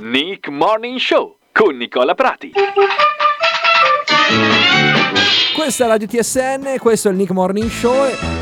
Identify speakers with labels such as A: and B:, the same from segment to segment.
A: Nick Morning Show con Nicola Prati.
B: Questa è Radio TSN, questo è il Nick Morning Show. e-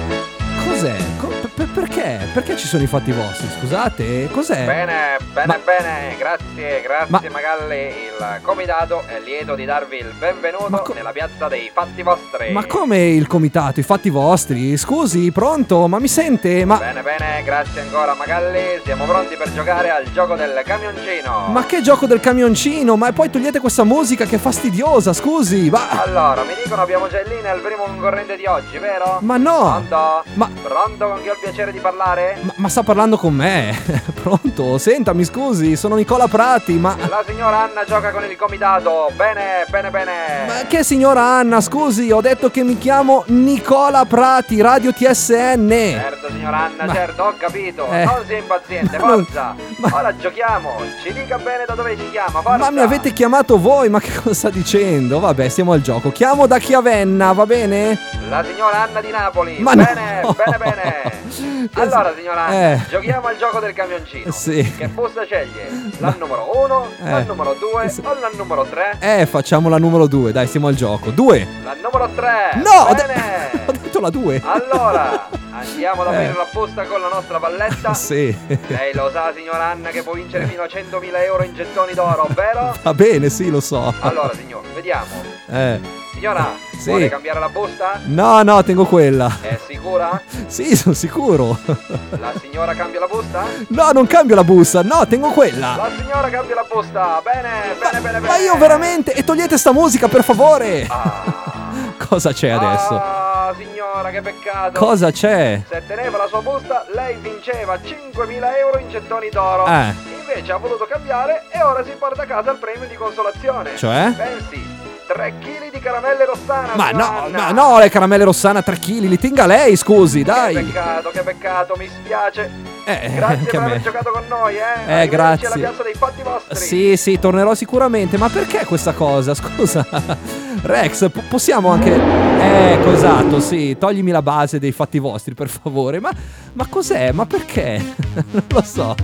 B: Cos'è? Co- per- perché? Perché ci sono i fatti vostri? Scusate, cos'è?
C: Bene, bene,
B: Eh. Ma-
C: bene, grazie, grazie
B: Ma-
C: Magalli. Il comitato è lieto di darvi il benvenuto
B: Ma co-
C: nella piazza dei fatti vostri.
B: Ma come il comitato, i fatti vostri? Scusi, pronto? Ma mi sente? Ma,
C: Bene, bene, grazie ancora Magalli. Siamo pronti per giocare al gioco del camioncino.
B: ma che gioco del camioncino? Ma poi togliete questa musica che è fastidiosa, scusi. Ma,
C: Allora, mi dicono abbiamo già in linea il primo concorrente di oggi, vero?
B: ma no!
C: Pronto?
B: Ma-
C: Pronto con chi ho il piacere di parlare?
B: Ma, ma sta parlando con me? pronto? Senta, mi scusi, sono Nicola Prati, ma...
C: La signora Anna gioca con il comitato. Bene, bene, bene.
B: Ma che signora Anna, scusi, ho detto che mi chiamo Nicola Prati, Radio TSN.
C: Certo, signor Anna,
B: Ma-
C: certo, ho capito.
B: Eh.
C: Non sia impaziente,
B: Ma non-
C: forza.
B: ma-
C: Ora giochiamo. Ci dica bene da dove ci chiama, forza.
B: Ma mi avete chiamato voi, ma che cosa sta dicendo? Vabbè, stiamo al gioco. Chiamo da Chiavenna, va bene?
C: La signora Anna di Napoli.
B: Ma
C: bene,
B: no.
C: bene, bene.
B: Che
C: Allora,
B: s-
C: signora Anna,
B: Eh.
C: giochiamo al gioco del camioncino.
B: Sì.
C: Che busta sceglie? La numero 1, la
B: Eh.
C: numero 2
B: Sì.
C: o la numero 3?
B: Eh, facciamo la numero 2, dai, stiamo al gioco. 2.
C: La numero 3.
B: No, ho, de-
C: Eh, bene.
B: ho detto la 2.
C: Allora, andiamo ad aprire
B: Eh.
C: la busta con la nostra valletta.
B: Sì.
C: Lei lo sa, signora Anna, che può vincere fino a 100.000 euro in gettoni d'oro, vero?
B: Va bene, sì, lo so.
C: Allora, signor, vediamo.
B: Eh.
C: Signora,
B: Sì.
C: vuole cambiare la busta?
B: No, no, tengo quella.
C: È sicura?
B: Sì, sono sicuro.
C: La signora cambia la busta?
B: No, non cambio la busta. No, tengo quella.
C: La signora cambia la busta! Bene,
B: Ma,
C: bene, bene, bene!
B: ma io veramente... E togliete sta musica, per favore.
C: Ah,
B: Cosa c'è adesso?
C: Ah, signora, che peccato!
B: Cosa c'è?
C: Se teneva la sua busta, lei vinceva 5.000 euro in gettoni d'oro.
B: Eh.
C: Invece ha voluto cambiare e ora si porta a casa il premio di consolazione.
B: Cioè?
C: Pensi, 3 kg di caramelle rossana.
B: Ma
C: signora
B: no, ma
C: Anna.
B: no, le caramelle rossana 3 kg, li tenga lei, scusi,
C: Che
B: dai.
C: peccato, che peccato, mi spiace.
B: Eh,
C: Grazie
B: anche
C: per
B: a
C: aver
B: me.
C: giocato con noi, eh.
B: Eh,
C: Arrivederci
B: grazie.
C: alla piazza dei fatti vostri.
B: Sì, sì, tornerò sicuramente, ma perché questa cosa? Scusa. Rex, po- possiamo anche Ecco, esatto, sì, toglimi la base dei fatti vostri, per favore. Ma ma cos'è? Ma perché? Non lo so.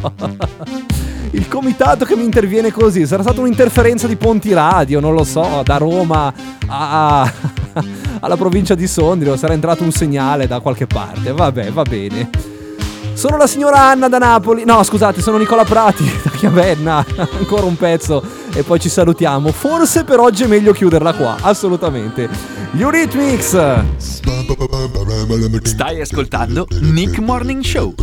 B: Il comitato che mi interviene così, sarà stata un'interferenza di Ponti Radio, non lo so, da Roma a- a- alla provincia di Sondrio, sarà entrato un segnale da qualche parte. Vabbè, va bene. Sono la signora Anna da Napoli. No, scusate, sono Nicola Prati da Chiavenna. Ancora un pezzo e poi ci salutiamo. Forse per oggi è meglio chiuderla qua, assolutamente. Gli Eurythmics!
A: Stai ascoltando Nick Morning Show.